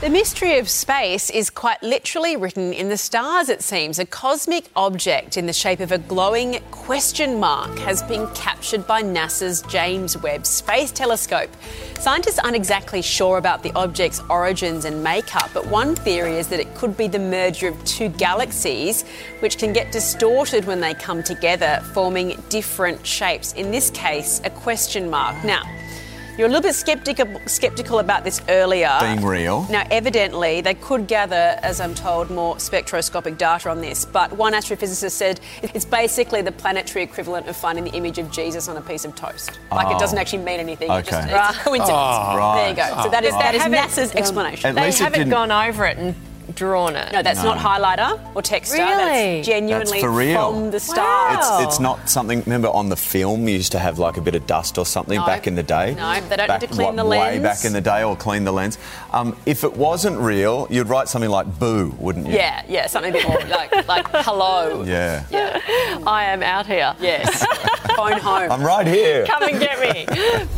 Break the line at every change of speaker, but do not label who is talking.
The mystery of space is quite literally written in the stars, it seems. A cosmic object in the shape of a glowing question mark has been captured by NASA's James Webb Space Telescope. Scientists aren't exactly sure about the object's origins and makeup, but one theory is that it could be the merger of two galaxies, which can get distorted when they come together, forming different shapes. In this case, a question mark. Now, you're a little bit skeptical, skeptical about this earlier.
Being real.
Now, evidently, they could gather, as I'm told, more spectroscopic data on this, but one astrophysicist said it's basically the planetary equivalent of finding the image of Jesus on a piece of toast. Like, it doesn't actually mean anything. It just,
Oh. Okay.
it's a coincidence. There you go. So that is, that is
Haven't-
NASA's explanation.
At
They
least it
haven't
didn't-
gone over it and drawn it.
no, that's not highlighter or texter.
Really?
That's genuinely
That's for real.
from the
It's-
stars.
Oh.
It's not something. Remember, on the film, you used to have like a bit of dust or something
No.
back in the day.
No, they don't
back,
need to clean
like,
the
Way
lens.
back in the day, or clean the lens. Um, if it wasn't real, you'd write something like "boo," wouldn't you?
Yeah, yeah, something a bit more like, like hello.
Yeah.
Yeah.
I am out here.
Yes. Phone home.
I'm right here.
Come and get me.